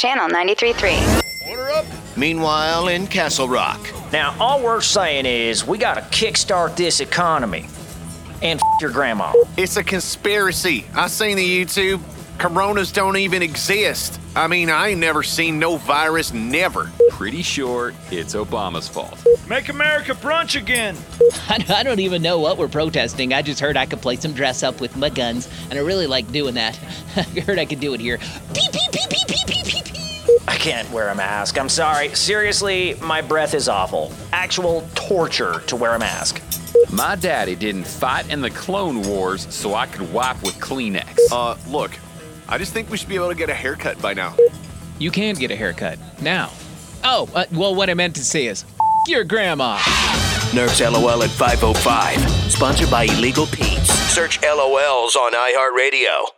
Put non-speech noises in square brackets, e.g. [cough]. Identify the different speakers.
Speaker 1: Channel 93.3.
Speaker 2: Order up. Meanwhile, in Castle Rock,
Speaker 3: Now, all we're saying is we got to kickstart this economy. And f- your grandma.
Speaker 4: It's a conspiracy. I seen the YouTube. Coronas don't even exist. I mean, I ain't never seen no virus, never.
Speaker 5: Pretty sure it's Obama's fault.
Speaker 6: Make America brunch again.
Speaker 7: [laughs] I I don't even know what we're protesting. I just heard I could play some dress up with my guns, and I really like doing that. [laughs] I heard I could do it here. Beep, beep, beep, beep, beep, beep, beep, beep.
Speaker 3: I can't wear a mask. I'm sorry. Seriously, my breath is awful. Actual torture to wear a mask.
Speaker 5: My daddy didn't fight in the Clone Wars so I could wipe with Kleenex.
Speaker 4: Uh, look, I just think we should be able to get a haircut by now.
Speaker 7: You can get a haircut now. Oh, uh, well, what I meant to say is, F- your grandma.
Speaker 2: Nerf's LOL at 505. Sponsored by Illegal Pete's. Search LOLs on iHeartRadio.